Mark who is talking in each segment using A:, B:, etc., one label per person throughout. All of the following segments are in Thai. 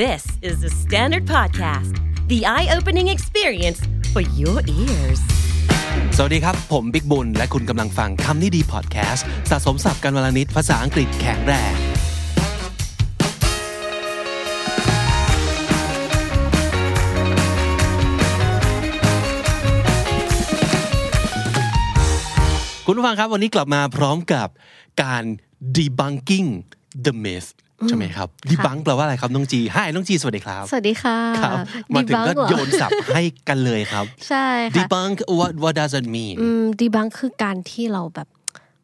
A: This is the Standard Podcast, the eye opening experience for your ears.
B: สวัสดีครับ ผมบิ๊กบุญ และคุณกำลังฟังคำนี้ดีพอดแคสต์สะสมสับกันวลนิดภาษาอังกฤษแข็งแรง คุณผู้ฟังครับวันนี้กลับมาพร้อมกับการ debunking the myth ใช่ไหมครับ debunk แปลว่าอะไรครับ น้องจี Hi น้องจี สวัสดีครับ
C: สวัสดีค่ะ
B: ครับ มาถึงก็
C: ดีบัเหรอ
B: โยนสับให้กันเลยครับ
C: ใช่ค่ะ
B: debunk what what does it mean
C: ดีบังคือการที่เราแบบ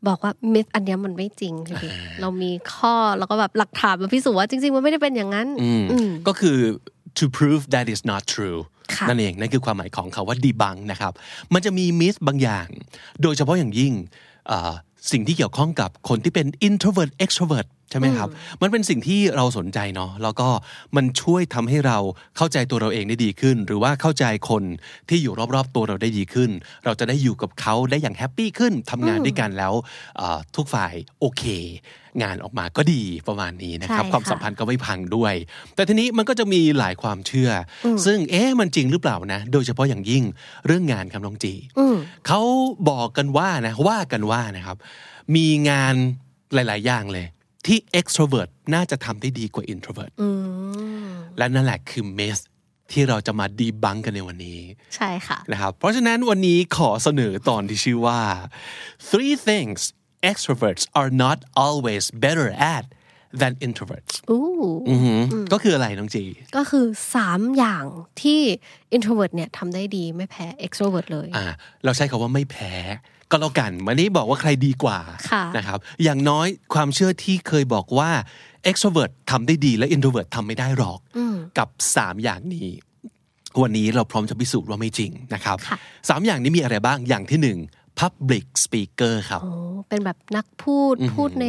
C: บอกว่ามิธอันเนี้ยมันไม่จริงพี่บิ๊กเรามีข้อแล้วก็แบบหลักฐานมาพิสูจน์ว่าจริง ๆ มันไม่ได้เป็นอย่างนั้น
B: อืมก็คือ to prove that is not true
C: ค่ะ
B: นั่นเอง นั่นคือความหมายของคาว่า debunk นะครับ มันจะมีมิสบางอย่าง โดยเฉพาะอย่างยิ่งเอ่อสิ่งที่เกี่ยวข้องกับคนที่เป็น introvert extrovert ใช่ไหมครับ มันเป็นสิ่งที่เราสนใจเนาะแล้วก็มันช่วยทำให้เราเข้าใจตัวเราเองได้ดีขึ้น หรือว่าเข้าใจคนที่อยู่รอบๆตัวเราได้ดีขึ้น เราจะได้อยู่กับเขาได้อย่างแฮปปี้ขึ้นทำงานด้วยกันแล้วเอ่อทุกฝ่ายโอเค งานออกมาก็ดีประมาณนี้นะครับ
C: ใช่
B: ความ
C: ค่ะ
B: สัมพันธ์ มันก็ไม่พังด้วย แต่ทีนี้มันก็จะมีหลายความเชื่ออซึ่งเอ๊ะมันจริงหรือเปล่านะ โดยเฉพาะอย่างยิ่งเรื่องงานครับน้องจี
C: อืม
B: เขาบอกกันว่านะว่ากันว่านะครับ มีงานหลาย ๆ อย่างเลย ที่ extrovert น่าจะทำได้ดีกว่า introvert
C: อืม
B: และนั่นแหละคือ mess ที่เราจะมาดีบังกันในวันนี้
C: ใช่ค่ะ
B: นะครับ เพราะฉะนั้นวันนี้ขอเสนอตอนที่ชื่อว่า three things extroverts are not always better at than introverts
C: อู้
B: อือหือก็คืออะไรน้องจี
C: ก็คือสามอย่างที่ introvert เนี่ยทำได้ดีไม่แพ้ extrovert เลย
B: อ่าเราใช้คาว่าไม่แพ้ ก็แล้วกันวันนี้บอกว่าใครดีกว่า
C: ค่ะ
B: นะครับอย่างน้อยความเชื่อที่เคยบอกว่า extrovert ทำได้ดีและ introvert ทำไม่ได้หรอก กับ 3 อย่างนี้ วันนี้เราพร้อมจะพิสูจน์ว่าไม่จริงนะครับสามอย่างนี้มีอะไรบ้างอย่างที่หนึ่ง public speaker ครับ
C: โอ้เป็นแบบนักพูดพูดใน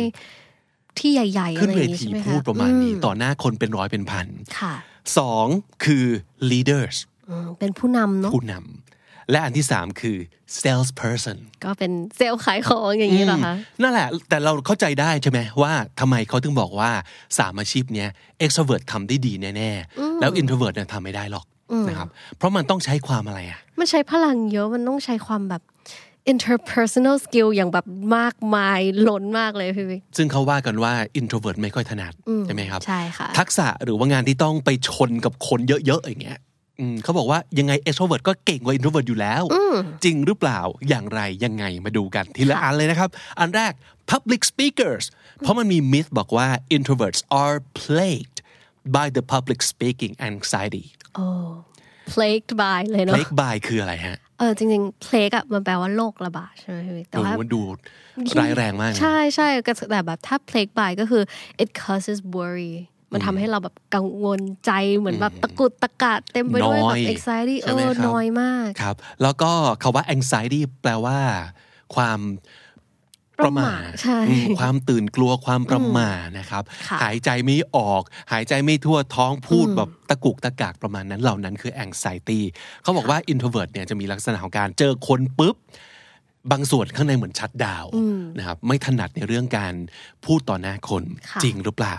C: ที่ใหญ่ๆอะ
B: ขึ้น
C: ไรอ
B: เว
C: ย่างนี้
B: ที
C: ใช่ไหมคะ
B: พูดประมาณนี้
C: อื
B: ต่อหน้าคนเป็นร้อยเป็นพัน
C: ค่ะ
B: สองคือ leaders
C: อืมเป็นผู้นำเนาะ
B: ผู้นำและอันที่สามคือ salesperson
C: ก็เป็นเซลล์ขายของอย่างนี้เหรอคะ
B: นั่นแหละ แต่เราเข้าใจได้ใช่ไหมว่าทำไมเขาถึงบอกว่าสามอาชีพเนี้ย extrovert ทำได้ดีแน่ๆ แล้ว introvert เนี่ยทำไม่ได้หรอกนะครับ เพราะมันต้องใช้ความอะไรอ่ะ
C: มันใช้พลังเยอะ มันต้องใช้ความแบบ interpersonal skill อย่างแบบมากมายล้นมากเลยพี่วิก
B: ซึ่งเขาว่ากันว่า introvert ไม่ค่อยถนัดใช่ไหมครับ
C: ใช่ค่ะ
B: ทักษะหรือว่างานที่ต้องไปชนกับคนเยอะๆอย่างเงี้ยอืมเขาบอกว่ายังไง extrovert ก็เก่งกว่า introvert อยู่แล้ว จริงหรือเปล่าอย่างไรยังไงมาดูกันทีละอันเลยนะครับ อันแรก public speakers เพราะมันมีมิธบอกว่า introverts are plagued by the public speaking anxiety
C: โอ้ plagued by เลยเนาะ
B: plagued by คืออะไรฮะ
C: เออจริงๆ plague อะมันแปลว่าโรคระบาดใช่ไหมพี่วิกแต่
B: โอ้
C: ว่า
B: โหมันดูร้ายแรงมากนะ
C: ใช่ใช่ก็แต่แบบถ้า plague by ก็คือ it causes worry มันทำให้เราแบบกังวลใจเหมือนแบบตะกุดตะกัดเต็มไปด้วย
B: น้
C: แบ
B: อย
C: บ anxiety
B: ใช่
C: เอ
B: ไหม
C: อ
B: ครับ
C: น้อยมาก
B: ครับ แล้วก็คาว่า anxiety แปลว่า ความประหมา
C: ประหม่าใช่
B: อืมความตื่นกลัวความประหมานะครับ
C: ค่ะ
B: หายใจไม่ออก หายใจไม่ทั่วท้องพูดแบบตะกุกตะกากประมาณนั้นเหล่านั้นคือ anxiety เขาบอกว่า introvert เนี่ยจะมีลักษณะของการเจอคนปุ๊บ บางส่วนข้างในเหมือนชัดดาวน์นะครับไม่ถนัดในเรื่องการพูดต่อหน้าคน
C: ค่ะ
B: จริงหรือเปล่า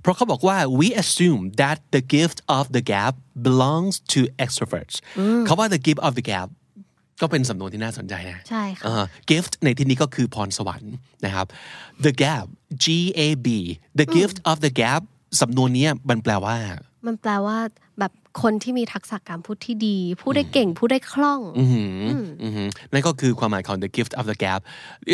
B: เพราะเขาบอกว่า we assume that the gift of the gap belongs to extroverts เขาว่า the gift of the gap ก็เป็นสำนวนที่น่าสนใจนะ
C: ใช่ค่ะ
B: อ่า gift ในที่นี้ก็คือพรสวรรค์นะครับ the gap G A B the gift of the gap สำนวนเนี้ยมันแปลว่า
C: มันแปลว่าแบบคนที่มีทักษะการพูดที่ดี พูดได้เก่ง พูดได้คล่อง
B: อือหืออือหือนั่นก็คือความหมายของ the gift of the gap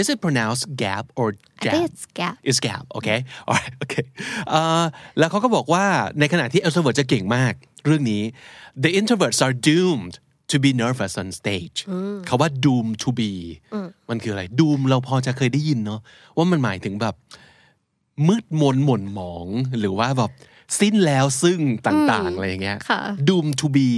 B: is it pronounced gap or
C: I
B: gap
C: think it's gap
B: is gap okay alright okay อ่าแล้วเขาก็บอกว่าในขณะที่ extrovert จะเก่งมาก เรื่องนี้ the introverts are doomed to be nervous on stage คาว่า doom to be มันคืออะไร doom เราพอจะเคยได้ยินเนาะว่ามันหมายถึงแบบ มืดมนหม่นหมอง หรือว่าแบบสิ้นแล้วซึ่งต่างๆ อะไรอย่างเงี้ย
C: ค่ะ
B: doom to be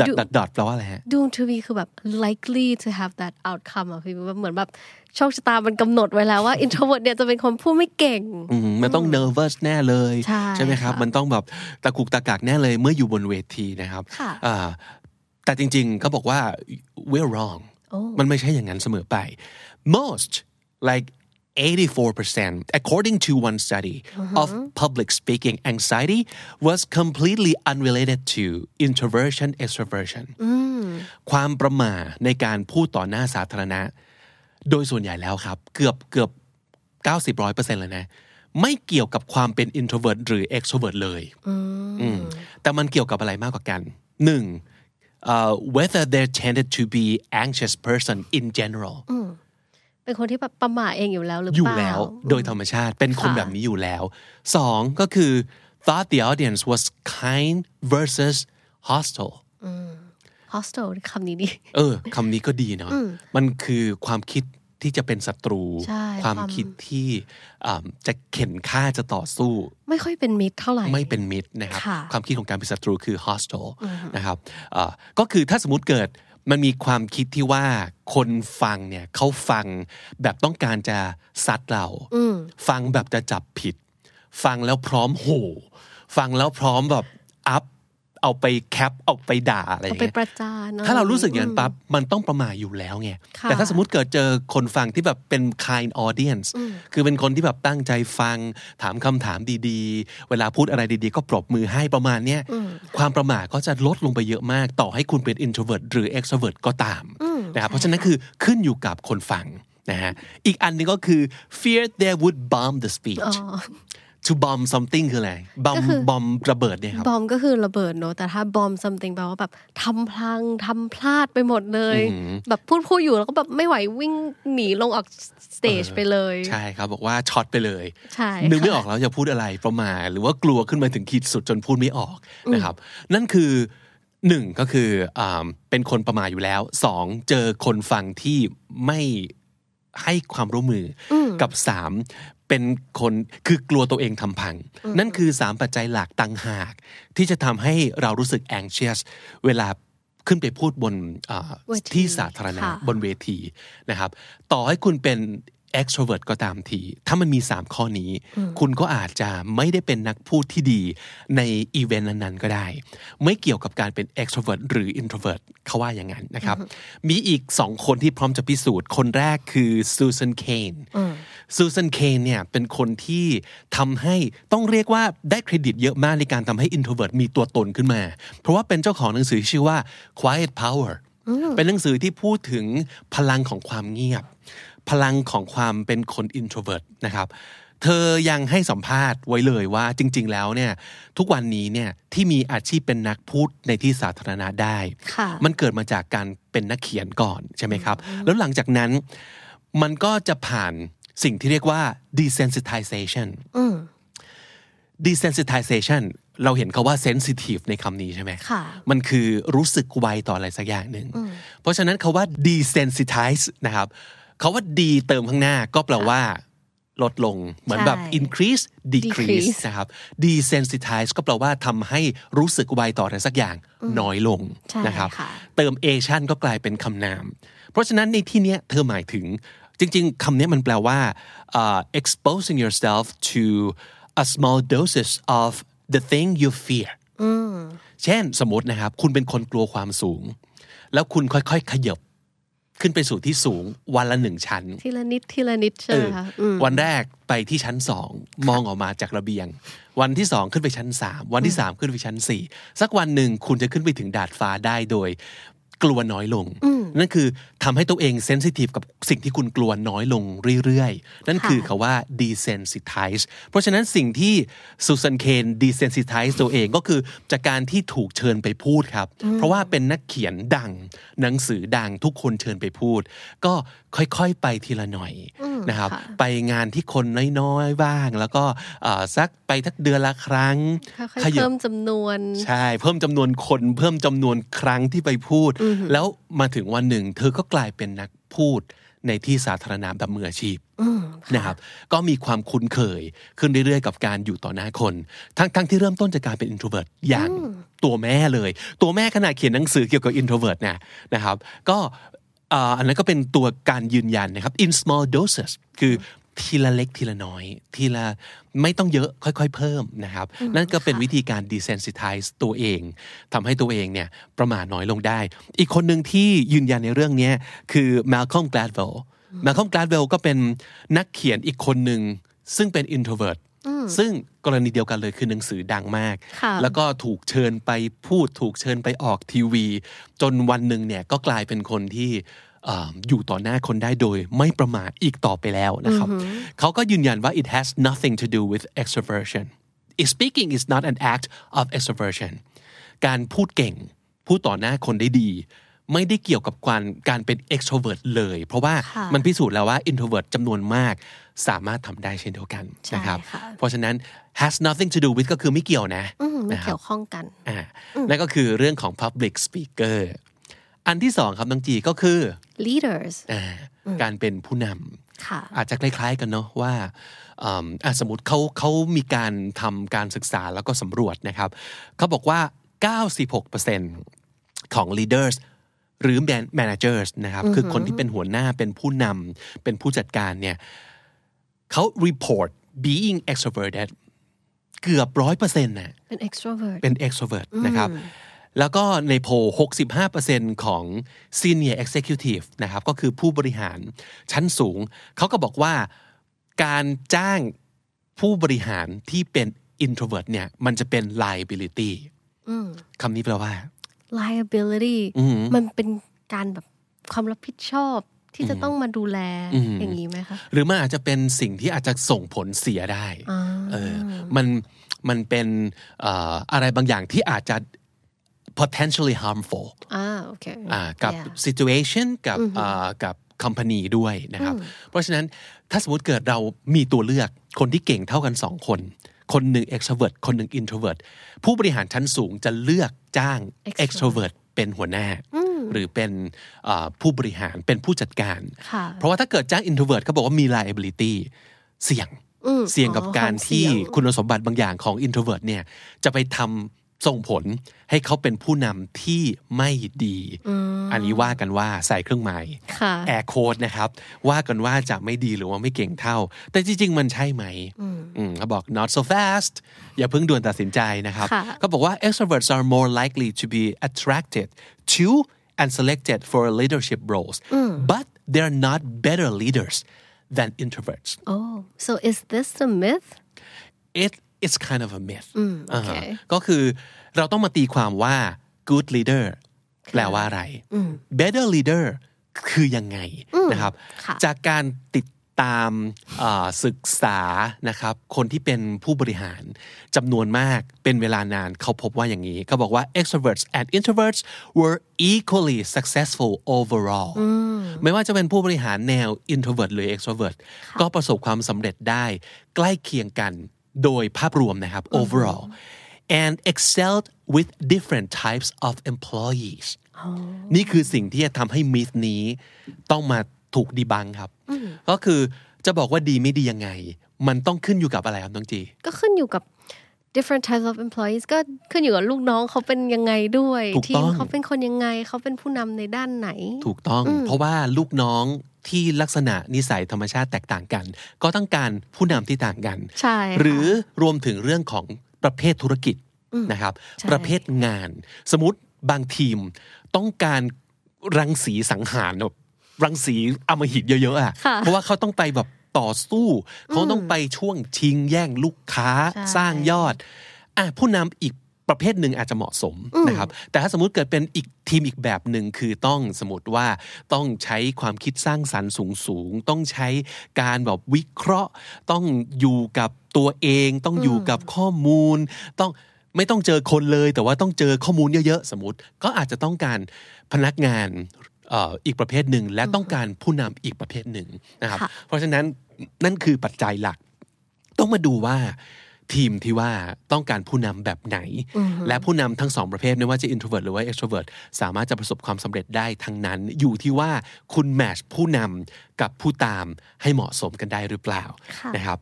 B: ดัด
C: Doom
B: ดัดดัดแปลว่าอะไรฮะ
C: doomed to be คือแบบ likely to have that outcome อ่ะพี่มันเหมือนแบบโชคชะตามันกำหนดไว้แล้วว่า introvert เนี่ยจะเป็นคนพูดไม่เก่ง
B: อืมมันต้อง nervous แน่เลย
C: ใช่
B: ไหมครับ
C: ค่ะ
B: มันต้องแบบตะกุกตะกักแน่เลยเมื่ออยู่บนเวทีนะครับ
C: ค่ะ
B: อ่าแต่จริงๆเขาบอกว่า we're wrong
C: โอ้
B: มันไม่ใช่อย่างนั้นเสมอไป most like 84%, according to one study, of public speaking anxiety was completely unrelated to introversion extroversion. ความประหมาในการพูดต่อหน้าสาธารณะ โดยส่วนใหญ่แล้วครับ เกือบเกือบ90ร้อยเปอร์เซ็นต์เลยนะ ไม่เกี่ยวกับความเป็น introvert หรือ extrovert เลยอืมแต่มันเกี่ยวกับอะไรมากกว่ากันหนึ่งเอ่อ whether they tended to be anxious person in general
C: เป็นคนที่แบบประหม่าเองอยู่แล้วหรือ
B: อยู่
C: เปล่า
B: แล้วโดยธรรมชาติเป็นคน
C: ค่ะ
B: แบบนี้อยู่แล้วสองก็คือ thought the audience was kind versus hostile
C: hostel คำนี้นี่
B: เออคำนี้ก็ดีเนาะมันคือความคิดที่จะเป็นศัตรู
C: ใช่
B: ความ
C: ความ
B: คิดที่อ่ำจะเข็นฆ่าจะต่อสู้
C: ไม่ค่อยเป็นมิตรเท่าไหร่
B: ไม่เป็นมิตรนะครับ
C: ค่ะ
B: ความคิดของการเป็นศัตรูคือ hostile นะครับเอ่อก็คือถ้าสมมติเกิดมันมีความคิดที่ว่าคนฟังเนี่ยเขาฟังแบบต้องการจะซัดเรา ฟังแบบจะจับผิด ฟังแล้วพร้อมโห่ฟังแล้วพร้อมแบบอัพเอาไปแคปเอาไปด่าอะไรอย่างเงี้ย
C: เอาไปประจาน
B: ถ้าเรารู้สึกอย่างนั้นปั๊บมันต้องประมาทอยู่แล้วไง
C: ค่ะ
B: แต่ถ้าสมมติเกิดเจอคนฟังที่แบบเป็น kind audience คือเป็นคนที่แบบตั้งใจฟัง ถามคำถามดีๆ เวลาพูดอะไรดีๆ ก็ปรบมือให้ประมาณเนี้ยความประมาทก็จะลดลงไปเยอะมาก ต่อให้คุณเป็น introvert หรือ extrovert ก็ตามนะครับเพราะฉะนั้นคือขึ้นอยู่กับคนฟังนะฮะอีกอันหนึงก็คือ fear they would bomb the speech
C: อ๋อ
B: to bomb something คืออะไร bomb bomb ระเบิดเนี่ยครับ
C: บอมก็คือระเบิดเนอะแต่ถ้าบอม something แปลว่าแบบทำพลังทำพลาดไปหมดเลย แบบพูดพูดอยู่แล้วก็แบบไม่ไหววิ่งหนีลงออกสเตจไปเลย
B: ใช่ครับบอกว่าช็อตไปเลย
C: ใช่
B: นึกไม่
C: ค่ะ
B: ออกแล้วจะพูดอะไรประมาณหรือว่ากลัวขึ้นมาถึงขีดสุดจนพูดไม่ออกนะครับ นั่นคือหนึ่งก็คืออ่าเป็นคนประมาทอยู่แล้วสองเจอคนฟังที่ไม่ให้ความร่วมมืออกับสามเป็นคนคือกลัวตัวเองทำพัง นั่นคือสามปัจจัยหลักต่างหาก ที่จะทำให้เรารู้สึก anxious เวลาขึ้นไปพูดบนอ่า
C: เวที
B: ที่สาธารณะ
C: ค่ะ
B: บน บนเวทีนะครับต่อให้คุณเป็น extrovert ก็ตามที ถ้ามันมี 3 ข้อนี้ คุณก็อาจจะไม่ได้เป็นนักพูดที่ดีในอีเวนต์นั้นๆ ก็ได้ ไม่เกี่ยวกับการเป็น extrovert หรือ introvert เขาว่าอย่างนั้นนะครับ มีอีก 2 คนที่พร้อมจะพิสูจน์ คนแรกคือซูซ n นเคนซูซ n นเคนเนี่ยเป็นคนที่ทำให้ต้องเรียกว่าได้เครดิตเยอะมากในการทำให้ introvert มีตัวตนขึ้นมา เพราะว่าเป็นเจ้าของหนังสือที่ชื่อว่า quiet power เป็นหนังสือที่พูดถึงพลังของความเงียบ พลังของความเป็นคน introvert นะครับ เธอยังให้สัมภาษณ์ไว้เลยว่าจริง ๆ แล้วเนี่ยทุกวันนี้เนี่ยที่มีอาชีพเป็นนักพูดในที่สาธารณะได้
C: ค่ะ
B: มันเกิดมาจากการเป็นนักเขียนก่อนใช่ไหมครับ แล้วหลังจากนั้นมันก็จะผ่านสิ่งที่เรียกว่า desensitization desensitization เราเห็นคาว่า sensitive ในคำนี้ใช่ไหม
C: ค่ะ
B: มันคือรู้สึกไวต่ออะไรสักอย่างหนึ่ง เพราะฉะนั้นคาว่า desensitize นะครับคาว่าดีเติมข้างหน้าก็แปลว่า ลดลงเหมือนแบบ
C: ใช่
B: increase decrease
C: decrease
B: นะครับ desensitize ก็แปลว่าทำให้รู้สึกไวต่ออะไรสักอย่างน้อยลง
C: ใช่
B: นะครับ
C: ค่ะ
B: เติม Asian ก็กลายเป็นคำนาม เพราะฉะนั้นในที่เนี้ยเธอหมายถึงจริงๆคำเนี้ยมันแปลว่าเอ่อ exposing yourself to a small doses of the thing you fear เช่นสมมตินะครับ คุณเป็นคนกลัวความสูง แล้วคุณค่อยๆ ขยบขึ้นไปสู่ที่สูงวันละหนึ่งชั้น
C: ทีละนิดทีละนิดใช่ไหมคะ
B: เออวันแรกไปที่ชั้นสองมองออกมาจากระเบียง วันที่สองขึ้นไปชั้นสามวันที่สามขึ้นไปชั้นสี่สักวันหนึ่งคุณจะขึ้นไปถึงดาดฟ้าได้โดย กลัวน้อยลง นั่นคือทำให้ตัวเองเซนซิทีฟกับสิ่งที่คุณกลัวน้อยลงเรื่อยๆ นั่นคือคาว่า desensitize เพราะฉะนั้นสิ่งที่ซูซันเคน desensitize ตัวเองก็คือจากการที่ถูกเชิญไปพูดครับ เพราะว่าเป็นนักเขียนดัง หนังสือดังทุกคนเชิญไปพูด ก็ค่อยๆไปทีละหน่อยนะครับ
C: ค่ะ
B: ไปงานที่คนน้อยๆ บ้าง แล้วก็เอ่อสักไปทักเดือนละครั้ง
C: ค่อย
B: ข
C: ๆ
B: ยับ
C: เพิ่มจำนวน
B: ใช่ เพิ่มจำนวนคนเพิ่มจำนวนครั้งที่ไปพูด แล้วมาถึงวันหนึ่ง เธอก็กลายเป็นนักพูดในที่สาธารณะแบบมืออาชีพนะครับ ก็มีความคุ้นเคยขึ้นเรื่อยๆ กับการอยู่ต่อหน้าคน ทั้งทั้งที่เริ่มต้นจากการเป็น introvert อย่างตัวแม่เลย ตัวแม่ขนาดเขียนหนังสือเกี่ยวกับ introvert นะนะครับ ก็เอ่ออันนั้นก็เป็นตัวการยืนยันนะครับ in small doses คือทีละเล็กทีละน้อย ทีละไม่ต้องเยอะค่อยๆ เพิ่มนะครับ นั่นก็เป็นวิธีการ desensitize ตัวเองทำให้ตัวเองเนี่ยประมาทน้อยลงได้ อีกคนหนึ่งที่ยืนยันในเรื่องเนี้ยคือ Malcolm Gladwell มาคอมกลาดเวลก็เป็นนักเขียนอีกคนหนึ่งซึ่งเป็น introvert ซึ่งกรณีเดียวกันเลยคือหนังสือดังมาก
C: ค่ะ
B: แล้วก็ถูกเชิญไปพูดถูกเชิญไปออกทีวี จนวันหนึ่งเนี่ยก็กลายเป็นคนที่เอ่ออยู่ต่อหน้าคนได้โดยไม่ประมาทอีกต่อไปแล้วนะครับเขาก็ยืนยันว่า it has nothing to do with extroversion Is speaking is not an act of extroversion การพูดเก่ง พูดต่อหน้าคนได้ดี ไม่ได้เกี่ยวกับการการเป็น extrovert เลย เพราะว่า
C: ค่ะ
B: มันพิสูจน์แล้วว่า introvert จำนวนมาก สามารถทำได้เช่นเดียวกัน
C: ใช่
B: นะครับ
C: ค่ะ
B: เพราะฉะนั้น has nothing to do with ก็คือไม่เกี่ยวนะ
C: อืมไม่
B: นะครั
C: เกี่
B: บ
C: ยวข้องกัน
B: อ่านั่นก็คือเรื่องของ public speaker อันที่สองครับน้องจีก็คือ
C: leaders
B: อ่าการเป็นผู้นำ
C: ค่ะ
B: อาจจะคล้ายๆกันเนาะว่าอืมอ่ะสมมติเขาเขามีการทำการศึกษาแล้วก็สำรวจนะครับเขาบอกว่า 96%ของ leaders หรือ man- managers นะครับคือคนที่เป็นหัวหน้าเป็นผู้นำเป็นผู้จัดการเนี่ยเขา report being extroverted เกือบร้อยเปอร์เซ็นต์น่ะ
C: เป็น extrovert
B: เป็น extrovert นะครับ แล้วก็ในโพล65%ของ senior executive นะครับ ก็คือผู้บริหารชั้นสูง เขาก็บอกว่าการจ้างผู้บริหารที่เป็น introvert เนี่ย มันจะเป็น liability คำนี้แปลว่า
C: liability
B: อืม
C: มันเป็นการแบบความรับผิดชอบที่จะต้องมาดูแลอย่างนี้ไหมคะ
B: หรือมันอาจจะเป็นสิ่งที่อาจจะส่งผลเสียได้เออมันมันเป็นเอ่ออะไรบางอย่างที่อาจจะ potentially harmful
C: อ่าโอเค
B: อ่ากับ
C: Yeah
B: situation กับอ่ากับ company ด้วยนะครับ เพราะฉะนั้นถ้าสมมติเกิดเรามีตัวเลือกคนที่เก่งเท่ากัน 2 คน คนหนึ่ง extrovert คนหนึ่ง introvert ผู้บริหารชั้นสูงจะเลือกจ้าง
C: Extrovert
B: extrovert เป็นหัวหน้า หรือเป็นอ่าผู้บริหารเป็นผู้จัดการ
C: ค่ะ
B: เพราะว่าถ้าเกิดจ้าง introvert เขาบอกว่ามี liability เสี่ยง
C: อืม
B: เสี่ยงกับ
C: อ๋อ
B: การ
C: ความเสี่
B: ที่
C: ยง
B: คุณสมบัติบางอย่างของ introvert เนี่ยจะไปทำส่งผลให้เขาเป็นผู้นำที่ไม่ดี อันนี้ว่ากันว่าใส่เครื่องหมาย
C: ค่ะ
B: แอร์โค้ดนะครับ ว่ากันว่าจะไม่ดีหรือว่าไม่เก่งเท่า แต่จริง ๆ มันใช่ไหมอืมเขาบอก not so fast อย่าเพิ่งด่วนตัดสินใจนะครับ
C: ค่ะ
B: เขาบอกว่า extroverts are more likely to be attracted to and selected for leadership roles but they're not better leaders than introverts
C: oh so is this the myth
B: it it's kind of a myth Uh-huh.
C: โอเค
B: อ่าก็คือเราต้องมาตีความว่า good leader แปลว่าอะไร better leader คือยังไงนะครับ
C: ค่ะ
B: จากการติดตามอ่าศึกษานะครับ คนที่เป็นผู้บริหารจำนวนมากเป็นเวลานานเขาพบว่าอย่างนี้เขาบอกว่า extroverts and introverts were equally successful overall ไม่ว่าจะเป็นผู้บริหารแนว introvert หรือ extrovert ก็ประสบความสำเร็จได้ใกล้เคียงกัน โดยภาพรวมนะครับ overall and excelled with different types of employees นี่คือสิ่งที่จะทำให้มิสนี้ต้องมาถูกดีบังครับ ก็คือจะบอกว่าดีไม่ดียังไง มันต้องขึ้นอยู่กับอะไรครับน้องจี
C: ก็ขึ้นอยู่กับ different types of employees ก็ขึ้นอยู่กับลูกน้องเขาเป็นยังไงด้วย
B: ถูก
C: ที
B: ต้อ
C: ม
B: ง
C: เขาเป็นคนยังไงเขาเป็นผู้นำในด้านไหน
B: ถูกต้อง เพราะว่าลูกน้องที่ลักษณะนิสัยธรรมชาติแตกต่างกัน ก็ต้องการผู้นำที่ต่างกัน
C: ใช่ค่ะ
B: หรือรวมถึงเรื่องของประเภทธุรกิจนะครับ
C: ใช่
B: ประเภทงาน สมมติบางทีมต้องการรังสีสังหารแบบรังสีอำมหิตเยอะๆอ่ะ
C: ค่ะ
B: เพราะว่าเขาต้องไปแบบต่อสู้ เขาต้องไปช่วงชิงแย่งลูกค้า
C: ใช่
B: สร้างยอดอ่ะผู้นำอีกประเภทหนึ่งอาจจะเหมาะสมนะครับ แต่ถ้าสมมติเกิดเป็นอีกทีมอีกแบบหนึ่งคือต้องสมมติว่าต้องใช้ความคิดสร้างสรรค์สูงสูงๆต้องใช้การแบบวิเคราะห์ ต้องอยู่กับตัวเอง ต้องอยู่กับข้อมูล ต้องไม่ต้องเจอคนเลย แต่ว่าต้องเจอข้อมูลเยอะๆสมมติ ก็อาจจะต้องการพนักงานเอ่ออีกประเภทหนึ่ง และต้องการผู้นำอีกประเภทหนึ่งนะครับ
C: ค่ะ
B: เพราะฉะนั้นนั่นคือปัจจัยหลัก ต้องมาดูว่าทีมที่ว่าต้องการผู้นำแบบไหน และผู้นำทั้งสองประเภทไม่ว่าจะ introvert หรือว่า extrovert สามารถจะประสบความสำเร็จได้ทั้งนั้น อยู่ที่ว่าคุณแมชผู้นำกับผู้ตามให้เหมาะสมกันได้หรือเปล่า
C: ค่ะ
B: นะครับ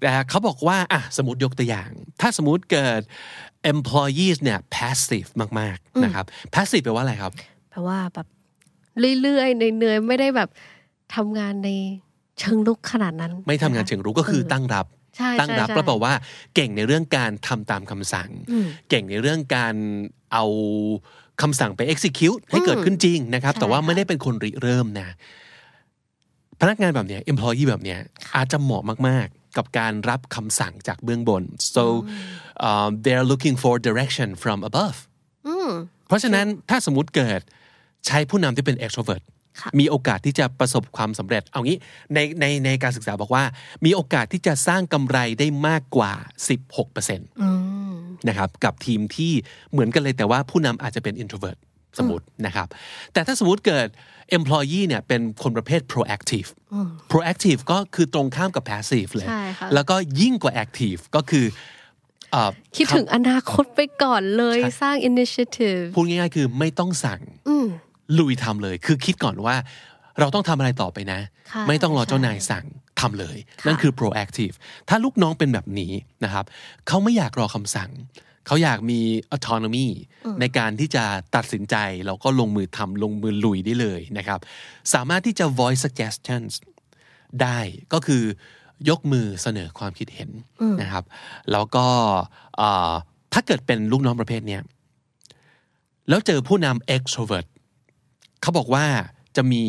B: แต่เขาบอกว่าอ่ะสมมติยกตัวอย่าง ถ้าสมมติเกิด employees เนี่ย passive มากๆนะครับ passive แปลว่าอะไรครับ
C: แปลว่าแบบเรื่อยๆเหนื่อยๆไม่ได้แบบทำงานในเชิงลุกขนาดนั้น
B: ไม่ทำงานเชิงรู้ก็คือตั้งรับ
C: ใช่
B: ตั้งรับ
C: ใช่
B: แล้วบอกว่าเก่งในเรื่องการทำตามคำสั่ง เก่งในเรื่องการเอาคำสั่งไป execute ให้เกิดขึ้นจริงนะครับ
C: ใช่
B: แต่ว่า
C: ค่ะ
B: ไม่ได้เป็นคนริเริ่มนะ พนักงานแบบเนี้ย employee แบบเนี้ยอาจจะเหมาะมาก ๆ กับการรับคำสั่งจากเบื้องบน so um, they're looking for direction from above เพราะฉะนั้นถ้าสมมติเกิดใช้ผู้นำที่เป็น extrovert
C: ค่ะ
B: มีโอกาสที่จะประสบความสำเร็จ เอางี้ในในในการศึกษาบอกว่า มีโอกาสที่จะสร้างกำไรได้มากกว่า 16%นะครับกับทีมที่เหมือนกันเลยแต่ว่าผู้นำอาจจะเป็น introvert สมมตินะครับ แต่ถ้าสมมติเกิด employee เนี่ยเป็นคนประเภท proactive proactive ก็คือตรงข้ามกับ passive เลย
C: ใช่ค่ะ
B: แล้วก็ยิ่งกว่า active ก็คือเอ่อ
C: คิดถึงอนาคตไปก่อนเลยสร้าง initiative
B: พูดง่ายๆ คือไม่ต้องสั่งลุยทำเลย คือคิดก่อนว่าเราต้องทำอะไรต่อไปนะ
C: ค่ะ
B: ไม่ต้องรอเจ้า
C: ใช่
B: นายสั่งทำเลย นั่นคือ proactive ถ้าลูกน้องเป็นแบบนี้นะครับ เขาไม่อยากรอคำสั่ง เขาอยากมี autonomy ในการที่จะตัดสินใจ แล้วก็ลงมือทำลงมือลุยได้เลยนะครับ สามารถที่จะ voice suggestions ได้ก็คือยกมือเสนอความคิดเห็นนะครับ แล้วก็เอ่อถ้าเกิดเป็นลูกน้องประเภทเนี้ย แล้วเจอผู้นำ extrovert เขาบอกว่าจะมี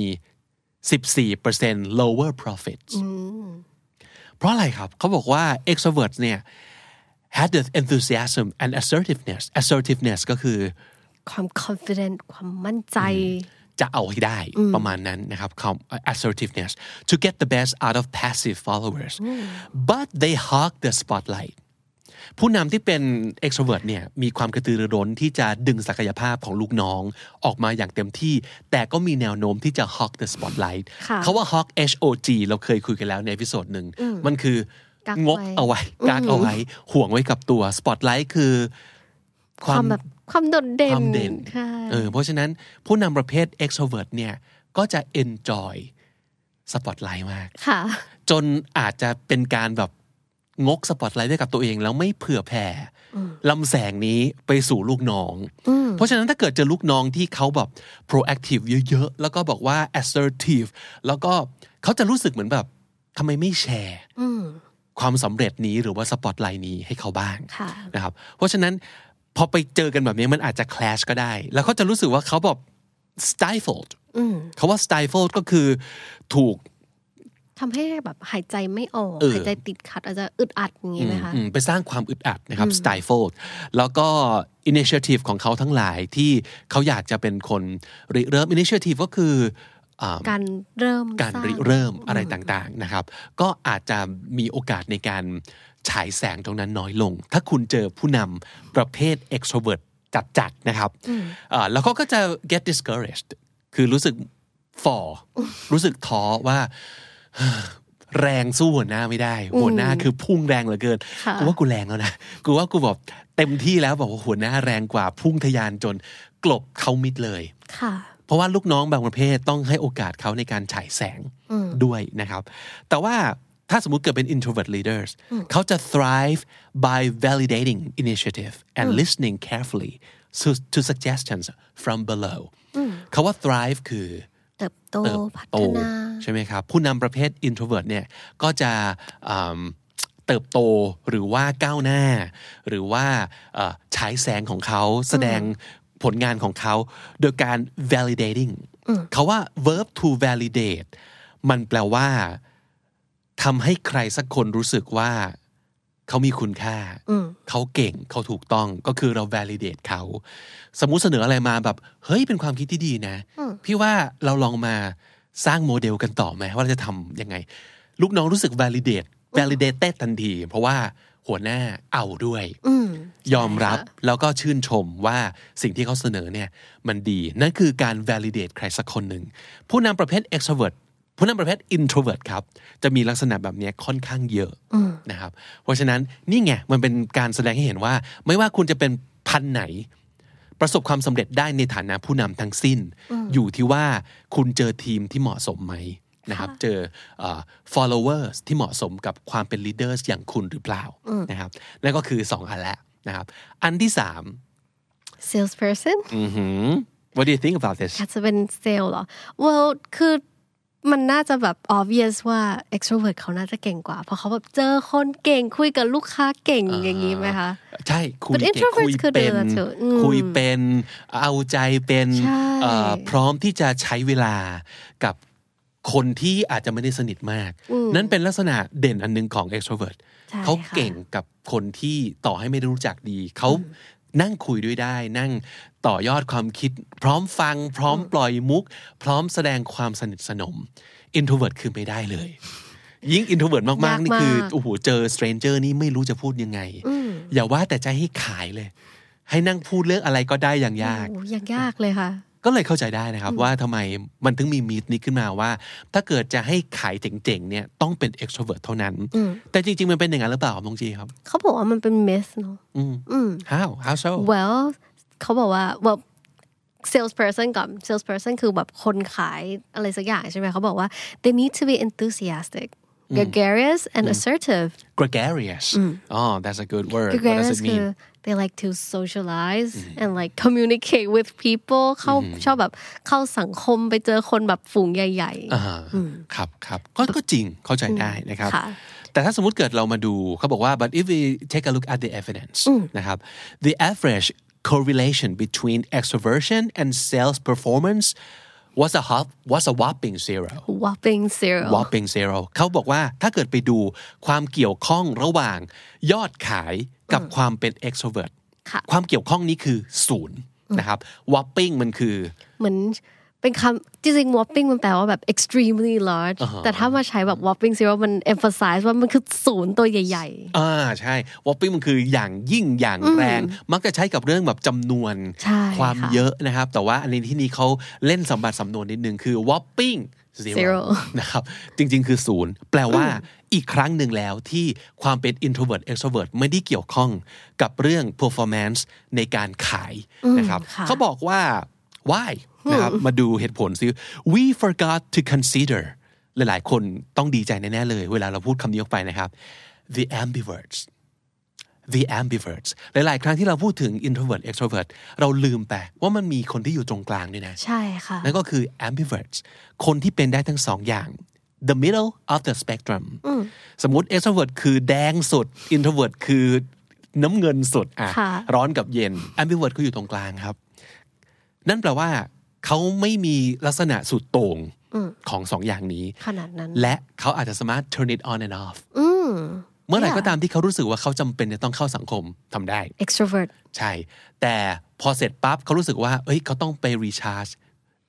B: 14% lower profits เพราะอะไรครับ เขาบอกว่า extroverts เนี่ย had the enthusiasm and assertiveness assertiveness ก็คือ
C: ความ confident ความมั่นใจ
B: จะเอาให้ได้ประมาณนั้นนะครับคำ assertiveness to get the best out of passive followers but they hog the spotlight ผู้นำที่เป็น extrovert เนี่ยมีความกระตือรือร้นที่จะดึงศักยภาพของลูกน้องออกมาอย่างเต็มที่ แต่ก็มีแนวโน้มที่จะ hog the spotlight
C: ค่ะ
B: เขาว่า hog h o g เราเคยคุยกันแล้วในพิโซดหนึ่ง มันคือ
C: กัก
B: งก
C: ไว้
B: เอาไว้กักเอาไว้ ห่วงไว้กับตัว spotlight คือ
C: ความแบบความโดดเด่น
B: ความเด่น
C: ใช่
B: เออเพราะฉะนั้นผู้นำประเภท extrovert เนี่ย ก็จะ enjoy spotlight มาก
C: ค่ะ
B: จนอาจจะเป็นการแบบงกสปอตไลท์ด้วยกับตัวเอง แล้วไม่เผื่อแผ่ลำแสงนี้ไปสู่ลูกน้อง เพราะฉะนั้นถ้าเกิดเจอลูกน้องที่เขาแบบ proactive เยอะๆ แล้วก็บอกว่า assertive แล้วก็เขาจะรู้สึกเหมือนแบบทำไมไม่แชร์ความสำเร็จนี้หรือว่าสปอตไลท์นี้ให้เขาบ้าง
C: ค่ะ
B: นะครับเพราะฉะนั้นพอไปเจอกันแบบนี้มันอาจจะ clash ก็ได้ แล้วเขาจะรู้สึกว่าเขาแบบ stifled เขาว่า stifled ก็คือถูก
C: ทำให้แบบหายใจไม่ออก
B: เออ
C: หายใจติดขัด อาจจะอึดอัดอย่างนี้ไหมคะ
B: อืมไปสร้างความอึดอัดนะครับ stifled แล้วก็ initiative ของเขาทั้งหลายที่เขาอยากจะเป็นคนริเริ่ม initiative ก็คืออ่า
C: การเริ่ม
B: การ
C: สร้าง
B: ริเริ่มอะไรต่างๆนะครับ ก็อาจจะมีโอกาสในการฉายแสงตรงนั้นน้อยลง ถ้าคุณเจอผู้นำประเภท extrovert จัดๆนะครับเอ่อแล้วเขาก็จะ get discouraged คือรู้สึกฝ่ อรู้สึกท้อว่า แรงสู้หัวหน้าไม่ได้ หัวหน้าคือพุ่งแรงเหลือเกิน
C: ค่ะ
B: กูว่ากูแรงแล้วนะ กูว่ากูแบบเต็มที่แล้วบอกว่าหัวหน้าแรงกว่าพุ่งทะยานจนกลบเขามิดเลย
C: ค่ะ
B: เพราะว่าลูกน้องบางประเภทต้องให้โอกาสเขาในการฉายแสงด้วยนะครับ แต่ว่าถ้าสมมุติเกิดเป็น introvert leaders เขาจะ thrive by validating initiative and listening carefully to- to suggestions from below เขาว่า thrive คือ
C: เติบโต
B: เติบ
C: พั
B: โต
C: ฒนา
B: ใช่ไหมครับ ผู้นำประเภท introvert เนี่ยก็จะอืมเติบโตหรือว่าก้าวหน้า หรือว่าเอ่อฉายแสงของเขาแสดงผลงานของเขาโดยการ validating เขาว่า verb to validate มันแปลว่าทำให้ใครสักคนรู้สึกว่า เขามีคุณค่า เขาเก่ง เขาถูกต้อง ก็คือเรา validate เขา สมมุติเสนออะไรมาแบบ เฮ้ย เป็นความคิดที่ดีนะ พี่ว่าเราลองมาสร้างโมเดลกันต่อไหมว่าเราจะทำยังไง ลูกน้องรู้สึก validate validated ทันที เพราะว่าหัวหน้าเอาด้วย
C: อืม
B: ยอมรับแล้วก็ชื่นชมว่าสิ่งที่เขาเสนอเนี่ยมันดี นั่นคือการ validate ใครสักคนหนึ่ง ผู้นำประเภท extrovert ผู้นำประเภท introvert ครับ จะมีลักษณะแบบเนี้ยค่อนข้างเยอะนะครับ เพราะฉะนั้นนี่ไง มันเป็นการแสดงให้เห็นว่า ไม่ว่าคุณจะเป็นพันธุ์ไหน ประสบความสำเร็จได้ในฐานะผู้นำทั้งสิ้น อยู่ที่ว่าคุณเจอทีมที่เหมาะสมไหมนะครับ เจอเอ่อ followers ที่เหมาะสมกับความเป็น leaders อย่างคุณหรือเปล่านะครับนั่นก็คือ 2 อันแล้วนะครับ อันที่ 3
C: salesperson
B: อือหือ what do you think about this
C: อาจจะเป็นเซลล์เหรอ well คือมันน่าจะแบบ obvious ว่า extrovert เขาน่าจะเก่งกว่า เพราะเขาแบบเจอคนเก่งคุยกับลูกค้าเก่งอย่างนี้ไหมคะ
B: ใช่คุย
C: But
B: เก่ง
C: introverts
B: คุย
C: could do
B: เป็น
C: that too อืม
B: คุยเป็นเอาใจเป็น
C: ใช่
B: เอ่อพร้อมที่จะใช้เวลากับ คนที่อาจจะไม่ได้สนิทมาก นั่นเป็นลักษณะเด่นอันหนึงของ extrovert
C: ใช่ค่ะ
B: เขาเก่งกับคนที่ต่อให้ไม่ได้รู้จักดี เขานั่งคุยด้วยได้ นั่งต่อยอดความคิด พร้อมฟัง พร้อมปล่อยมุก พร้อมแสดงความสนิทสนม introvert คือไม่ได้เลย ยิ่ง introvert มาก ๆ นี่คือ
C: ยากมาก
B: โอ้โห เจอ stranger นี่ไม่รู้จะพูดยังไง อย่าว่าแต่จะให้ขายเลย ให้นั่งพูดเรื่องอะไรก็ได้อย่างยาก
C: โอ้ยังยากเลยค่ะ
B: ก็เลยเข้าใจได้นะครับว่าทำไมมันถึงมีมีดนี้ขึ้นมาว่า ถ้าเกิดจะให้ขายเจ๋งๆเนี่ยต้องเป็น extrovert เท่านั้น
C: อืม
B: แต่จริงๆ มันเป็นอย่างนั้นหรือเปล่าครับน้องจีครับ
C: เขาบอกว่ามันเป็นเมสเนาะ
B: อืม
C: อืม
B: how how so
C: well เขาบอกว่า well salesperson กับ salesperson คือแบบคนขายอะไรสักอย่างใช่ไหมเขาบอกว่า they need to be enthusiastic gregarious and assertive
B: gregarious oh that's a good word what does
C: gregarious
B: it
C: คื
B: mean
C: อ they like to socialize and like communicate with people เขาชอบแบบเข้าสังคมไปเจอคนแบบฝูงใหญ่
B: อ่าครับครับก็ก็จริงเข้าใจได้นะครับ
C: ค่ะ
B: แต่ถ้าสมมติเกิดเรามาดูเขาบอกว่า but if we take a look at the evidence นะครับ the average correlation between extroversion and sales performance was a hop was a whopping zero
C: ๆ whopping zero
B: whopping zero เขาบอกว่าถ้าเกิดไปดูความเกี่ยวข้องระหว่างยอดขายกับความเป็น extrovert
C: ค่ะ
B: ความเกี่ยวข้องนี้คือศูนย์นะครับ whopping มันคือ
C: เหมือนเป็นคำจริงๆ whopping มันแปลว่าแบบ extremely large แต่ถ้ามาใช้แบบ whopping zero มัน emphasize ว่ามันคือศูนย์ตัวใหญ่
B: อ่าใช่วอปปิ้งมันคืออย่างยิ่งอย่างแรง มักจะใช้กับเรื่องแบบจำนวน
C: ใช่
B: ความ
C: ค่ะ
B: เยอะนะครับ แต่ว่าอันนี้ที่นี่เขาเล่นสมบัติสำนวนนิดนึงคือวอปปิ้ง
C: Zero
B: นะครับ จริงๆ คือศูนย์แปลว่าอีกครั้งหนึ่งแล้วที่ความเป็น introvert extrovert ไม่ได้เกี่ยวข้องกับเรื่อง performance ในการขายนะครับ
C: ค่ะ
B: เขาบอกว่า why นะครับ มาดูเหตุผลซิ we forgot to consider หลายๆ คนต้องดีใจแน่ๆเลย เวลาเราพูดคำนี้ออกไปนะครับ the ambiverts the ambiverts หลายๆ ครั้งที่เราพูดถึง introvert extrovert เราลืมไปว่ามันมีคนที่อยู่ตรงกลางด้วยนะ
C: ๆ ใช่ค่ะ
B: นั่นก็คือ ambiverts คนที่เป็นได้ทั้งสองอย่าง the middle of the spectrum สมมติ extrovert คือแดงสุด introvert คือน้ำเงินสุดอ่ะ
C: ค่ะ
B: ร้อนกับเย็น ambivert คืออยู่ตรงกลางครับ นั่นแปลว่า เขาไม่มีลักษณะสุดโต่งของสองอย่างนี้
C: ขนาดนั้น
B: และเขาอาจจะสามารถ turn it on and off
C: อืม
B: เมื่อไหร่
C: Yeah.
B: ก็ตามที่เขารู้สึกว่าเขาจำเป็นจะต้องเข้าสังคมทำได้
C: extrovert
B: ใช่ แต่พอเสร็จปั๊บเขารู้สึกว่า เอ้ย เขาต้องไปรีชาร์จ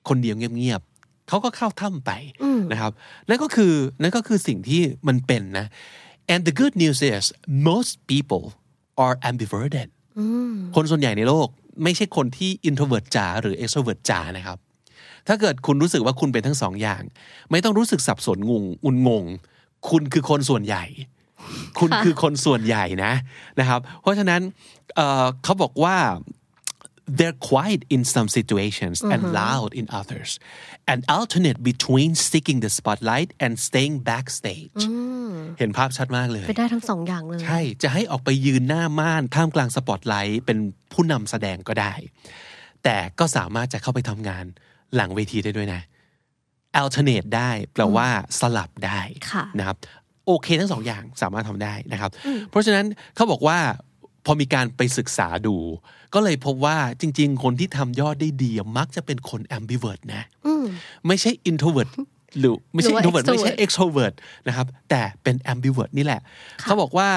B: คนเดียวเงียบๆเขาก็เข้าถ้ำไปนะครับ นั่นก็คือ นั่นก็คือสิ่งที่มันเป็นนะ and the good news is most people are ambiverted คนส่วนใหญ่ในโลก ไม่ใช่คนที่ introvert จ๋าหรือ extrovert จ๋านะครับ ถ้าเกิดคุณรู้สึกว่าคุณเป็นทั้งสองอย่าง ไม่ต้องรู้สึกสับสนงงอุนงง คุณคือคนส่วนใหญ่ คุณคือคนส่วนใหญ่นะนะครับ เพราะฉะนั้นเอ่อเขาบอกว่า they're quiet in some situations and loud in others and alternate between seeking the spotlight and staying backstage เห็นภาพชัดมากเลย
C: ไปได้ทั้งสองอย่างเลย
B: ใช่ จะให้ออกไปยืนหน้าม่านท่ามกลางสปอตไลท์เป็นผู้นำแสดงก็ได้ แต่ก็สามารถจะเข้าไปทำงานหลังเวทีได้ด้วยนะ alternate ได้แปลว่าสลับได้
C: ค่ะ
B: นะครับ โอเคทั้งสองอย่างสามารถทำได้นะครับ เพราะฉะนั้นเขาบอกว่าพอมีการไปศึกษาดู ก็เลยพบว่าจริง ๆ คนที่ทำยอดได้ดีอะมักจะเป็นคน ambivert นะ
C: อืม
B: ไม่ใช่ introvert หรือไม่ใช่
C: หรือว่า
B: introvert ไม่ใช่
C: extrovert
B: extrovert นะครับ แต่เป็น ambivert นี่แหละ เขาบอกว่า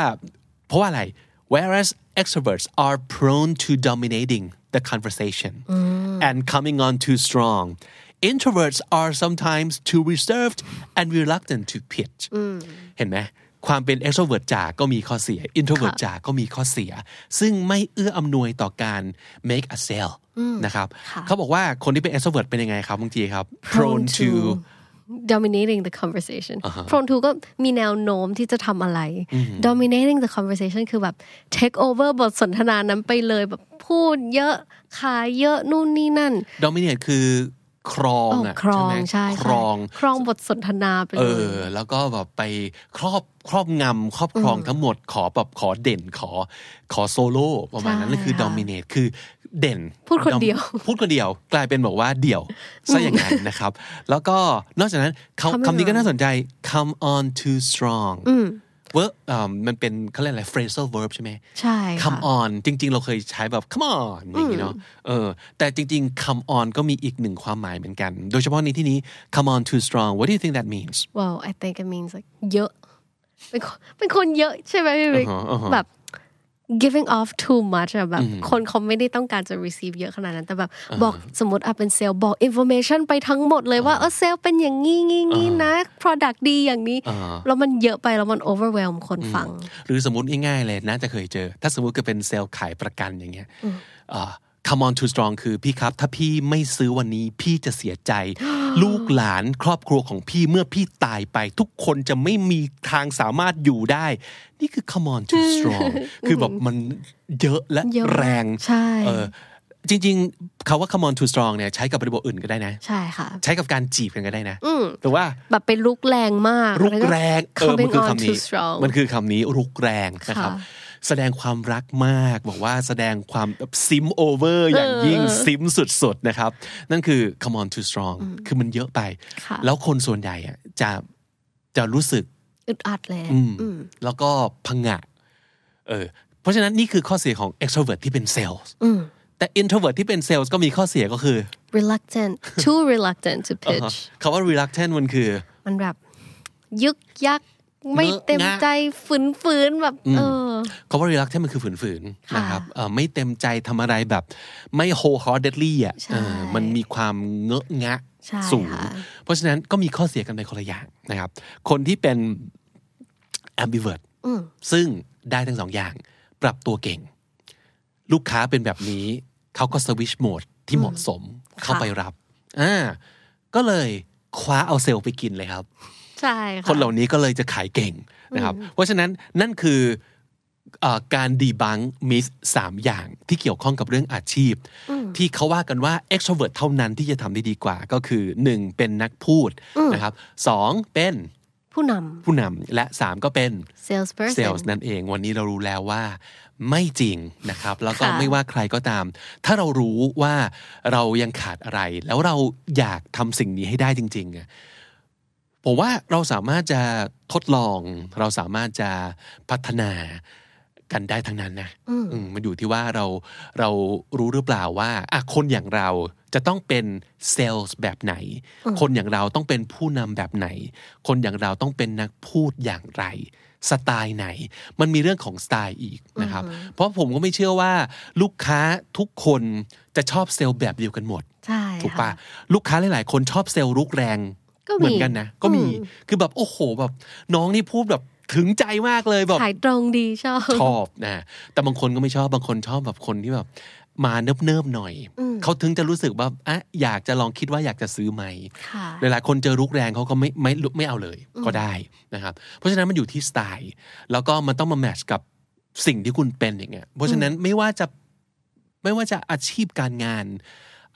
B: เพราะว่าอะไร whereas extroverts are prone to dominating the conversation and coming on too strong introverts are sometimes too reserved and reluctant to pitch เห็นไหมความเป็น extrovert จ๋าก็มีข้อเสีย introvert จ๋าก็มีข้อเสีย ซึ่งไม่เอื้ออำนวยต่อการ make a sale นะครับ เขาบอกว่าคนที่เป็น extrovert เป็นยังไงครับบางทีครับ prone
C: Prone
B: to
C: to dominating the conversation prone to ก็มีแนวโน้มที่จะทำอะไร dominating the conversation คือแบบ take over บทสนทนานั้นไปเลยแบบพูดเยอะขายเยอะนู่นนี่นั่น
B: dominate คือครอง
C: โอ้
B: อะ
C: ครอง
B: ไหม
C: ใช่
B: ค
C: ใช่
B: รอง
C: ครองบทสนทนาไป
B: เอ
C: เลย
B: อ แล้วก็แบบไปครอบครอบงำครอบครองทั้งหมดขอแบบขอเด่นขอขอโซโล่ประมาณนั้นนั่นคือ
C: ใช่ค่ะ
B: dominate คือเด่น
C: พูดคน
B: dom-
C: เดียว
B: พูดคนเดียวกลายเป็นบอกว่าเดี่ยวซะอย่างนั้นนะครับ แล้วก็นอกจากนั้นเขา
C: Come
B: คำนี้ก็
C: on
B: น่าสนใจ come on too strong เวิร์กมันเป็นเขาเรียกอะไร phrasal verb ใช่ไหม
C: ใช่ค่ะ
B: come on จริง ๆ เราเคยใช้แบบ come on อย่างนี้เนาะเออแต่จริง ๆ come on ก็มีอีกหนึ่งความหมายเหมือนกัน โดยเฉพาะในที่นี้ come on too strong what do you think that means
C: well I think it means like เยอะเป็นคนเป็นคนเยอะใช่ไหมพี่บิ๊ก
B: อ่าฮะอ่าฮะ
C: แบบ giving off too much อะแบบคนเขาไม่ได้ต้องการจะ receive เยอะขนาดนั้น แต่แบบบอกสมมติอ่ะเป็นเซลล์บอก information ไปทั้งหมดเลยว่าเออเซลล์เป็นอย่างงี้งี้งี้นะ product ดีอย่างนี้ แล้วมันเยอะไปแล้วมัน overwhelm คนฟัง
B: หรือสมมติง่ายๆเลยน่าจะเคยเจอ ถ้าสมมติเกิดเป็นเซลล์ขายประกันอย่างเงี้ยอ่า come on too strong คือพี่ครับ ถ้าพี่ไม่ซื้อวันนี้พี่จะเสีย ใจ ลูกหลานครอบครัวของพี่เมื่อพี่ตายไป ทุกคนจะไม่มีทางสามารถอยู่ได้ นี่คือ come on too strong คือแบบมันเยอะและ
C: เยอะ
B: แรง
C: ใช่
B: เออจริงๆคาว่า come on too strong เนี่ยใช้กับบริบทอื่นก็ได้นะ
C: ใช่ค่ะ
B: ใช้กับการจีบกันก็ได้นะหรือว่า
C: แบบไปลุกแรงมาก
B: รุกแรง
C: ล้ว
B: เออ
C: ก็
B: มัน
C: coming
B: คือ
C: on
B: คำ
C: too
B: นี้
C: strong
B: มันคือคำนี้รุกแรงนะครับ
C: ค่ะ
B: แสดงความรักมาก บอกว่าแสดงความซิมโอเวอร์อย่างยิ่งซิมสุดๆนะครับ นั่นคือ come on too strong คือมันเยอะไป
C: ค่ะ
B: แล้วคนส่วนใหญ่อะจะจะรู้สึก
C: อึดอัดเลย
B: อืมแล้วก็พังงะเออ เพราะฉะนั้นนี่คือข้อเสียของ extrovert ที่เป็น sales แต่ introvert ที่เป็น sales ก็มีข้อเสียก็คือ
C: reluctant too reluctant to pitch
B: คำว่า reluctant มันคือ
C: มันแบบ ยึกยักไม่เต็ม
B: เงอะงะ
C: ใจฝืนฝืนๆแบบ เออ
B: คำว่า reluctant มันคือฝืนๆ
C: ค่ะ
B: นะครับเอ่อไม่เต็มใจทำอะไรแบบไม่ wholeheartedly อ่ะ
C: ใช่
B: เออมันมีความเงอะงะ
C: ใช่
B: สูง
C: ค่ะ
B: เพราะฉะนั้นก็มีข้อเสียกันไปคนละอย่างนะครับ คนที่เป็น ambivert ซึ่งได้ทั้งสองอย่าง ปรับตัวเก่ง ลูกค้าเป็นแบบนี้ เขาก็สวิชโหมดที่เหมาะสมเข้าไปรับอ่าก็เลยคว้าเอาเซลล์ไปกินเลยครับ
C: ใช่ค่ะ
B: คนเหล่านี้ก็เลยจะขายเก่งนะครับ เพราะฉะนั้นนั่นคือเอ่อการดีบังมิสสามอย่างที่เกี่ยวข้องกับเรื่องอาชีพ ที่เขาว่ากันว่า extrovert เท่านั้นที่จะทำได้ดีกว่าก็คือ 1. เป็นนักพูดนะครับสองเป็น
C: ผู้น
B: ผู้นำและ 3 ก็เป็น
C: ำ salesperson
B: เซลส์นั่นเองวันนี้เรารู้แล้วว่าไม่จริงนะครับ แล้วก็
C: ค่ะ
B: ไม่ว่าใครก็ตาม ถ้าเรารู้ว่าเรายังขาดอะไร แล้วเราอยากทำสิ่งนี้ให้ได้จริงๆอะผมว่าเราสามารถจะทดลอง เราสามารถจะพัฒนากันได้ทั้งนั้นนะอืมมันอยู่ที่ว่าเราเรารู้หรือเปล่าว่าอ่ะคนอย่างเราจะต้องเป็นเซลส์แบบไหน คนอย่างเราต้องเป็นผู้นำแบบไหน คนอย่างเราต้องเป็นนักพูดอย่างไร สไตล์ไหน มันมีเรื่องของสไตล์อีกนะครับ เพราะผมก็ไม่เชื่อว่า ลูกค้าทุกคนจะชอบเซลล์แบบเดียวกันหมด
C: ใช่
B: ถูก
C: ค่
B: ปะลูกค้าหลาย ๆ คนชอบเซลล์รุกแรง
C: ก็มี
B: เหมือนกันนะ ก็มีคือแบบโอ้โหแบบ น้องนี่พูดแบบถึงใจมากเลยแบบ
C: ขายตรงดีชอบ
B: ชอบนะแต่บางคนก็ไม่ชอบบางคนชอบแบบคนที่แบบมาเนิบๆหน่อย เขาถึงจะรู้สึกว่าอ่ะอยากจะลองคิดว่าอยากจะซื้อไหม
C: ค่ะ
B: หลายๆ คนเจอรุกแรงเขาก็ไม่ไม่ลุไม่เอาเลยก็ได้นะครับ เพราะฉะนั้นมันอยู่ที่สไตล์ แล้วก็มันต้องมาแมทช์กับสิ่งที่คุณเป็นอย่างเงี้ยเพราะฉะนั้นไม่ว่าจะไม่ว่าจะอาชีพการงาน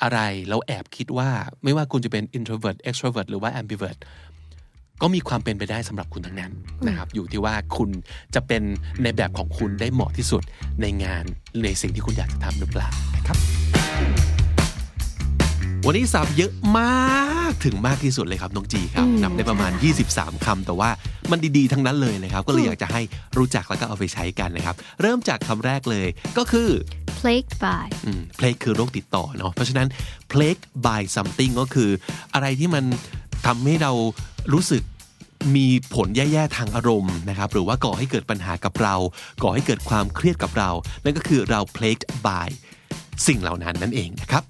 B: อะไร เราแอบคิดว่าไม่ว่าคุณจะเป็น introvert extrovert หรือว่า ambivert ก็มีความเป็นไปได้สำหรับคุณทั้งนั้นนะครับ อยู่ที่ว่าคุณจะเป็นในแบบของคุณได้เหมาะที่สุดในงานในสิ่งที่คุณอยากจะทำหรือเปล่านะครับ วันนี้สับเยอะมากถึงมากที่สุดเลยครับน้องจีครับนับได้ประมาณ 23 คำแต่ว่ามันดีๆทั้งนั้นเลยนะครับ ก็เลยอยากจะให้รู้จักแล้วก็เอาไปใช้กันนะครับ เริ่มจากคำแรกเลยก็คือ
C: plagued by
B: อืม plague คือโรคติดต่อเนาะเพราะฉะนั้น plague by something ก็คือ อะไรที่มันทำให้เรารู้สึกมีผลแย่ๆทางอารมณ์นะครับ หรือว่าก่อให้เกิดปัญหากับเรา ก่อให้เกิดความเครียดกับเรา นั่นก็คือเรา plagued by สิ่งเหล่านั้นนั่นเองนะครับ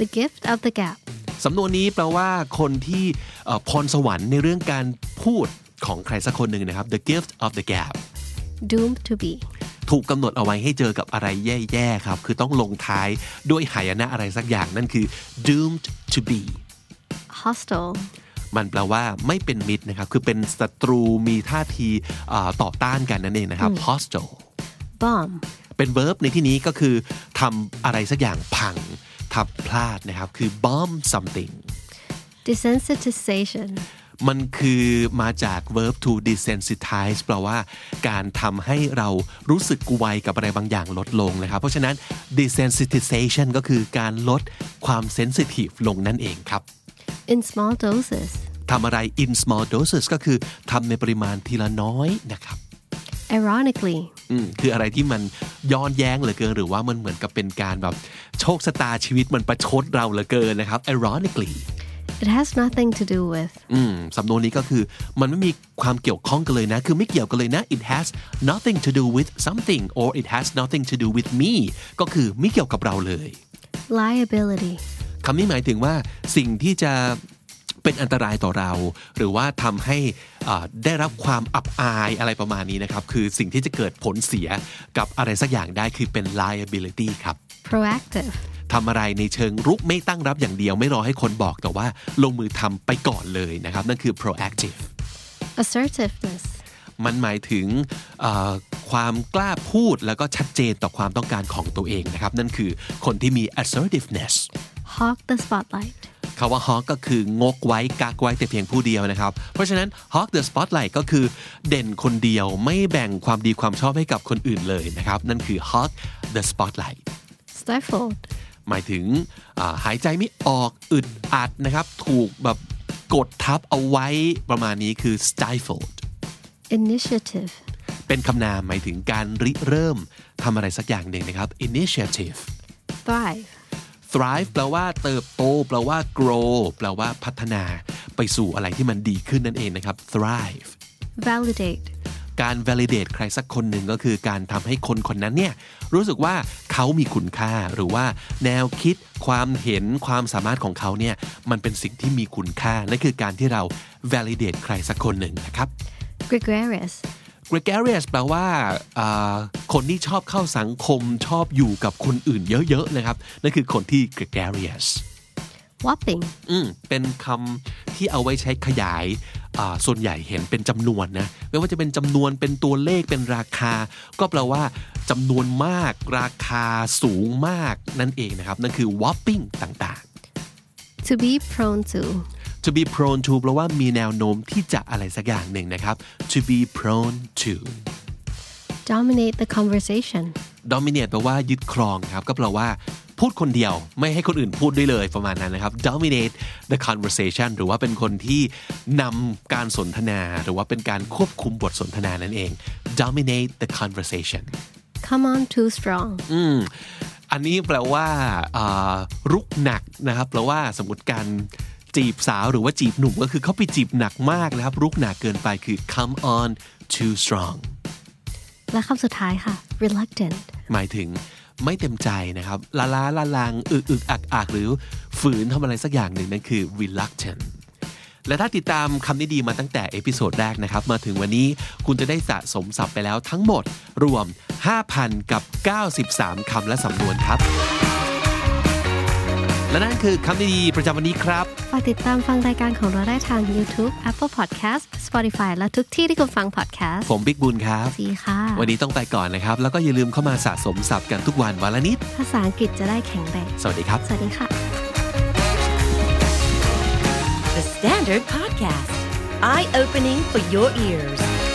C: the gift of the gap
B: สำนวนนี้แปลว่าคนที่เอ่อพรสวรรค์ในเรื่องการพูดของใครสักคนหนึ่งนะครับ the gift of the gap
C: doomed to be
B: ถูกกำหนดเอาไว้ให้เจอกับอะไรแย่ๆครับ คือต้องลงท้ายด้วยหายนะอะไรสักอย่างนั่นคือ doomed to be
C: hostile
B: มันแปลว่าไม่เป็นมิตรนะครับ คือเป็นศัตรูมีท่าทีเอ่อต่อต้านกันนั่นเองนะครับ hostile
C: bomb
B: เป็น verb ในที่นี้ก็คือทำอะไรสักอย่างพังทำพลาดนะครับ คือ bomb something
C: desensitization
B: มันคือมาจาก verb to desensitize แปลว่าการทำให้เรารู้สึกไวกับอะไรบางอย่างลดลงนะครับ เพราะฉะนั้น desensitization ก็คือการลดความ sensitive ลงนั่นเองครับ
C: in small doses
B: ทำอะไร in small doses ก็คือทำในปริมาณทีละน้อยนะครับ
C: ironically
B: อืมคืออะไรที่มันย้อนแย้งเหลือเกิน หรือว่ามันเหมือนกับเป็นการแบบโชคชะตาชีวิตมันประชดเราเหลือเกินนะครับ ironically
C: it has nothing to do with
B: อืมสำนวนนี้ก็คือมันไม่มีความเกี่ยวข้องกันเลยนะ คือไม่เกี่ยวกันเลยนะ it has nothing to do with something or it has nothing to do with me ก็คือไม่เกี่ยวกับเราเลย
C: liability
B: คำนี้หมายถึงว่าสิ่งที่จะเป็นอันตรายต่อเรา หรือว่าทำให้อ่าได้รับความอับอายอะไรประมาณนี้นะครับ คือสิ่งที่จะเกิดผลเสียกับอะไรสักอย่างได้คือเป็น liability ครับ
C: proactive
B: ทำอะไรในเชิงรุกไม่ตั้งรับอย่างเดียวไม่รอให้คนบอกแต่ว่าลงมือทำไปก่อนเลยนะครับ นั่นคือ proactive
C: assertiveness
B: มันหมายถึงเอ่อความกล้าพูดแล้วก็ชัดเจนต่อความต้องการของตัวเองนะครับ นั่นคือคนที่มี assertiveness
C: hawk the spotlight
B: คำว่า hawk ก็คืองกไว้กักไว้แต่เพียงผู้เดียวนะครับ เพราะฉะนั้น hawk the spotlight ก็คือเด่นคนเดียวไม่แบ่งความดีความชอบให้กับคนอื่นเลยนะครับ นั่นคือ hawk the spotlight
C: stifled
B: หมายถึงอ่าหายใจไม่ออกอึดอัดนะครับ ถูกแบบกดทับเอาไว้ประมาณนี้คือ stifled
C: initiative
B: เป็นคำนามหมายถึงการริเริ่มทำอะไรสักอย่างหนึ่งนะครับ initiative
C: thrive
B: thrive แปลว่าเติบโต แปลว่า grow แปลว่าพัฒนาไปสู่อะไรที่มันดีขึ้นนั่นเองนะครับ thrive
C: validate
B: การ validate ใครสักคนหนึ่งก็คือการทำให้คนคนนั้นเนี่ยรู้สึกว่าเขามีคุณค่าหรือว่าแนวคิดความเห็นความสามารถของเขาเนี่ยมันเป็นสิ่งที่มีคุณค่านั่นคือการที่เรา validate ใครสักคนหนึ่งนะครับ
C: gregarious
B: gregarious แปลว่าอ่าคนที่ชอบเข้าสังคมชอบอยู่กับคนอื่นเยอะๆนะครับนั่นคือคนที่ gregarious
C: whopping
B: อืมเป็นคำที่เอาไว้ใช้ขยายอ่าส่วนใหญ่เห็นเป็นจำนวนนะ ไม่ว่าจะเป็นจำนวนเป็นตัวเลขเป็นราคา ก็แปลว่าจำนวนมาก ราคาสูงมากนั่นเองนะครับ นั่นคือ whopping ต่างๆ
C: to be prone to
B: to be prone to แปลว่ามีแนวโน้มที่จะอะไรสักอย่างหนึ่งนะครับ to be prone to
C: dominate the conversation
B: dominate แปลว่ายึดครองครับ ก็แปลว่าพูดคนเดียวไม่ให้คนอื่นพูดด้วยเลยประมาณนั้นนะครับ dominate the conversation หรือว่าเป็นคนที่นำการสนทนา หรือว่าเป็นการควบคุมบทสนทนานั่นเอง dominate the conversation
C: come on too strong
B: อันนี้แปลว่าอ่ารุกหนักนะครับแปลว่าสมมติการจีบสาวหรือว่าจีบหนุ่มก็คือเขาไปจีบหนักมากนะครับ รุกหนักเกินไปคือ come on too strong
C: และคำสุดท้ายค่ะ reluctant
B: หมายถึงไม่เต็มใจนะครับละล้าละลังอึกอึกอักอักหรือฝืนทำอะไรสักอย่างหนึ่งนั่นคือ reluctant และถ้าติดตามคำนี้ดีมาตั้งแต่เอพิโซดแรกนะครับ มาถึงวันนี้คุณจะได้สะสมศัพท์ไปแล้วทั้งหมดรวม 5,000 กับ 93 คำและสำนวนครับ และนั่นคือคำนี้ดีประจำวันนี้ครับ
C: ฝากติดตามฟังรายการของเราได้ทาง YouTube Apple Podcast Spotify และทุกที่ที่คุณฟัง podcast
B: ผมบิ๊กบุญครับ
C: สีค่ะ
B: วันนี้ต้องไปก่อนนะครับ แล้วก็อย่าลืมเข้ามาสะสมศัพท์กันทุกวันวันละนิด
C: ภาษาอังกฤษจะได้แข็งแรง
B: สวัสดีครับ
C: สวัสดีค่ะ
A: The Standard Podcast, eye opening for your ears.